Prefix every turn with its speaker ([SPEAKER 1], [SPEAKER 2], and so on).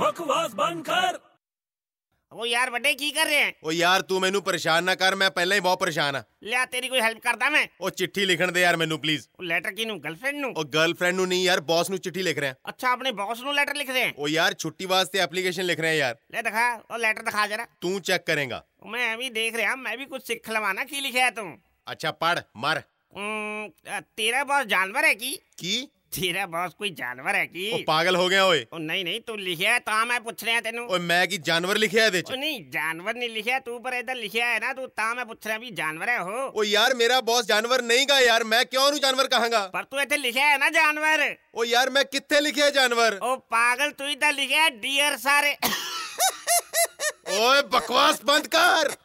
[SPEAKER 1] ਬਕਵਾਸ ਬੰਦ ਕਰ
[SPEAKER 2] ਉਹ ਯਾਰ ਵੱਡੇ ਕੀ ਕਰ ਰਹੇ ਹੈ
[SPEAKER 3] ਓ ਯਾਰ ਤੂੰ ਮੈਨੂੰ ਪਰੇਸ਼ਾਨ ਨਾ ਕਰ ਮੈਂ ਪਹਿਲਾਂ ਹੀ ਬਹੁਤ ਪਰੇਸ਼ਾਨ ਆ
[SPEAKER 2] ਲਿਆ ਤੇਰੀ ਕੋਈ ਹੈਲਪ ਕਰਦਾ ਮੈਂ
[SPEAKER 3] ਉਹ ਚਿੱਠੀ ਲਿਖਣ ਦੇ ਯਾਰ ਮੈਨੂੰ ਪਲੀਜ਼
[SPEAKER 2] ਉਹ ਲੈਟਰ ਕਿਨੂੰ ਗਰਲਫ੍ਰੈਂਡ ਨੂੰ
[SPEAKER 3] ਉਹ ਗਰਲਫ੍ਰੈਂਡ ਨੂੰ ਨਹੀਂ ਯਾਰ ਬੌਸ ਨੂੰ ਚਿੱਠੀ ਲਿਖ ਰਿਹਾ
[SPEAKER 2] ਅੱਛਾ ਆਪਣੇ ਬੌਸ ਨੂੰ ਲੈਟਰ ਲਿਖਦੇ ਹੈ
[SPEAKER 3] ਉਹ ਯਾਰ ਛੁੱਟੀ ਵਾਸਤੇ ਐਪਲੀਕੇਸ਼ਨ ਲਿਖ ਰਿਹਾ ਯਾਰ
[SPEAKER 2] ਲੈ ਦਿਖਾ ਉਹ ਲੈਟਰ ਦਿਖਾ ਜਰਾ
[SPEAKER 3] ਤੂੰ ਚੈੱਕ ਕਰੇਗਾ
[SPEAKER 2] ਮੈਂ ਵੀ ਦੇਖ ਰਿਹਾ ਮੈਂ ਵੀ ਕੁਝ ਸਿੱਖ ਲਵਾਂ ਨਾ ਕੀ ਲਿਖਿਆ ਹੈ ਤੂੰ
[SPEAKER 3] ਅੱਛਾ ਪੜ ਮਰ
[SPEAKER 2] ਅਮ, ਅ, ਤੇਰਾ ਬੌਸ ਜਾਨਵਰ ਹੈ ਕੀ
[SPEAKER 3] ਕੀ
[SPEAKER 2] ਤੇਰਾ ਬੌਸ ਕੋਈ ਜਾਨਵਰ ਹੈ
[SPEAKER 3] ਉਹ
[SPEAKER 2] ਕੀ
[SPEAKER 3] ਪਾਗਲ ਹੋ ਗਿਆ ਓਏ
[SPEAKER 2] ਉਹ ਨਹੀਂ ਨਹੀਂ ਤੂੰ ਲਿਖਿਆ ਹੈ ਤਾਂ ਮੈਂ ਪੁੱਛ ਰਿਹਾ ਤੈਨੂੰ
[SPEAKER 3] ਓਏ ਮੈਂ ਕੀ ਜਾਨਵਰ ਲਿਖਿਆ ਇਹਦੇ
[SPEAKER 2] ਉਹ
[SPEAKER 3] ਚ
[SPEAKER 2] ਨਹੀਂ ਜਾਨਵਰ ਨਹੀਂ ਲਿਖਿਆ ਤੂੰ ਪਰ ਇਧਰ ਲਿਖਿਆ ਹੈ ਨਾ ਤੂੰ ਤਾਂ ਮੈਂ ਪੁੱਛ ਰਿਹਾ ਵੀ ਜਾਨਵਰ ਹੈ ਉਹ
[SPEAKER 3] ਓ ਯਾਰ ਮੇਰਾ ਬੌਸ ਜਾਨਵਰ ਨਹੀਂਗਾ ਯਾਰ ਮੈਂ ਕਿਉਂ ਉਹਨੂੰ ਜਾਨਵਰ ਕਹਾਂਗਾ
[SPEAKER 2] ਪਰ ਤੂੰ ਇੱਥੇ ਲਿਖਿਆ ਹੈ ਨਾ ਜਾਨਵਰ
[SPEAKER 3] ਓ ਯਾਰ ਮੈਂ ਕਿੱਥੇ ਲਿਖਿਆ ਜਾਨਵਰ
[SPEAKER 2] ਉਹ ਪਾਗਲ ਤੂੰ ਹੀ ਤਾਂ ਲਿਖਿਆ ਡਿਅਰ ਸਾਰੇ
[SPEAKER 3] ਓਏ ਬਕਵਾਸ ਬੰਦ ਕਰ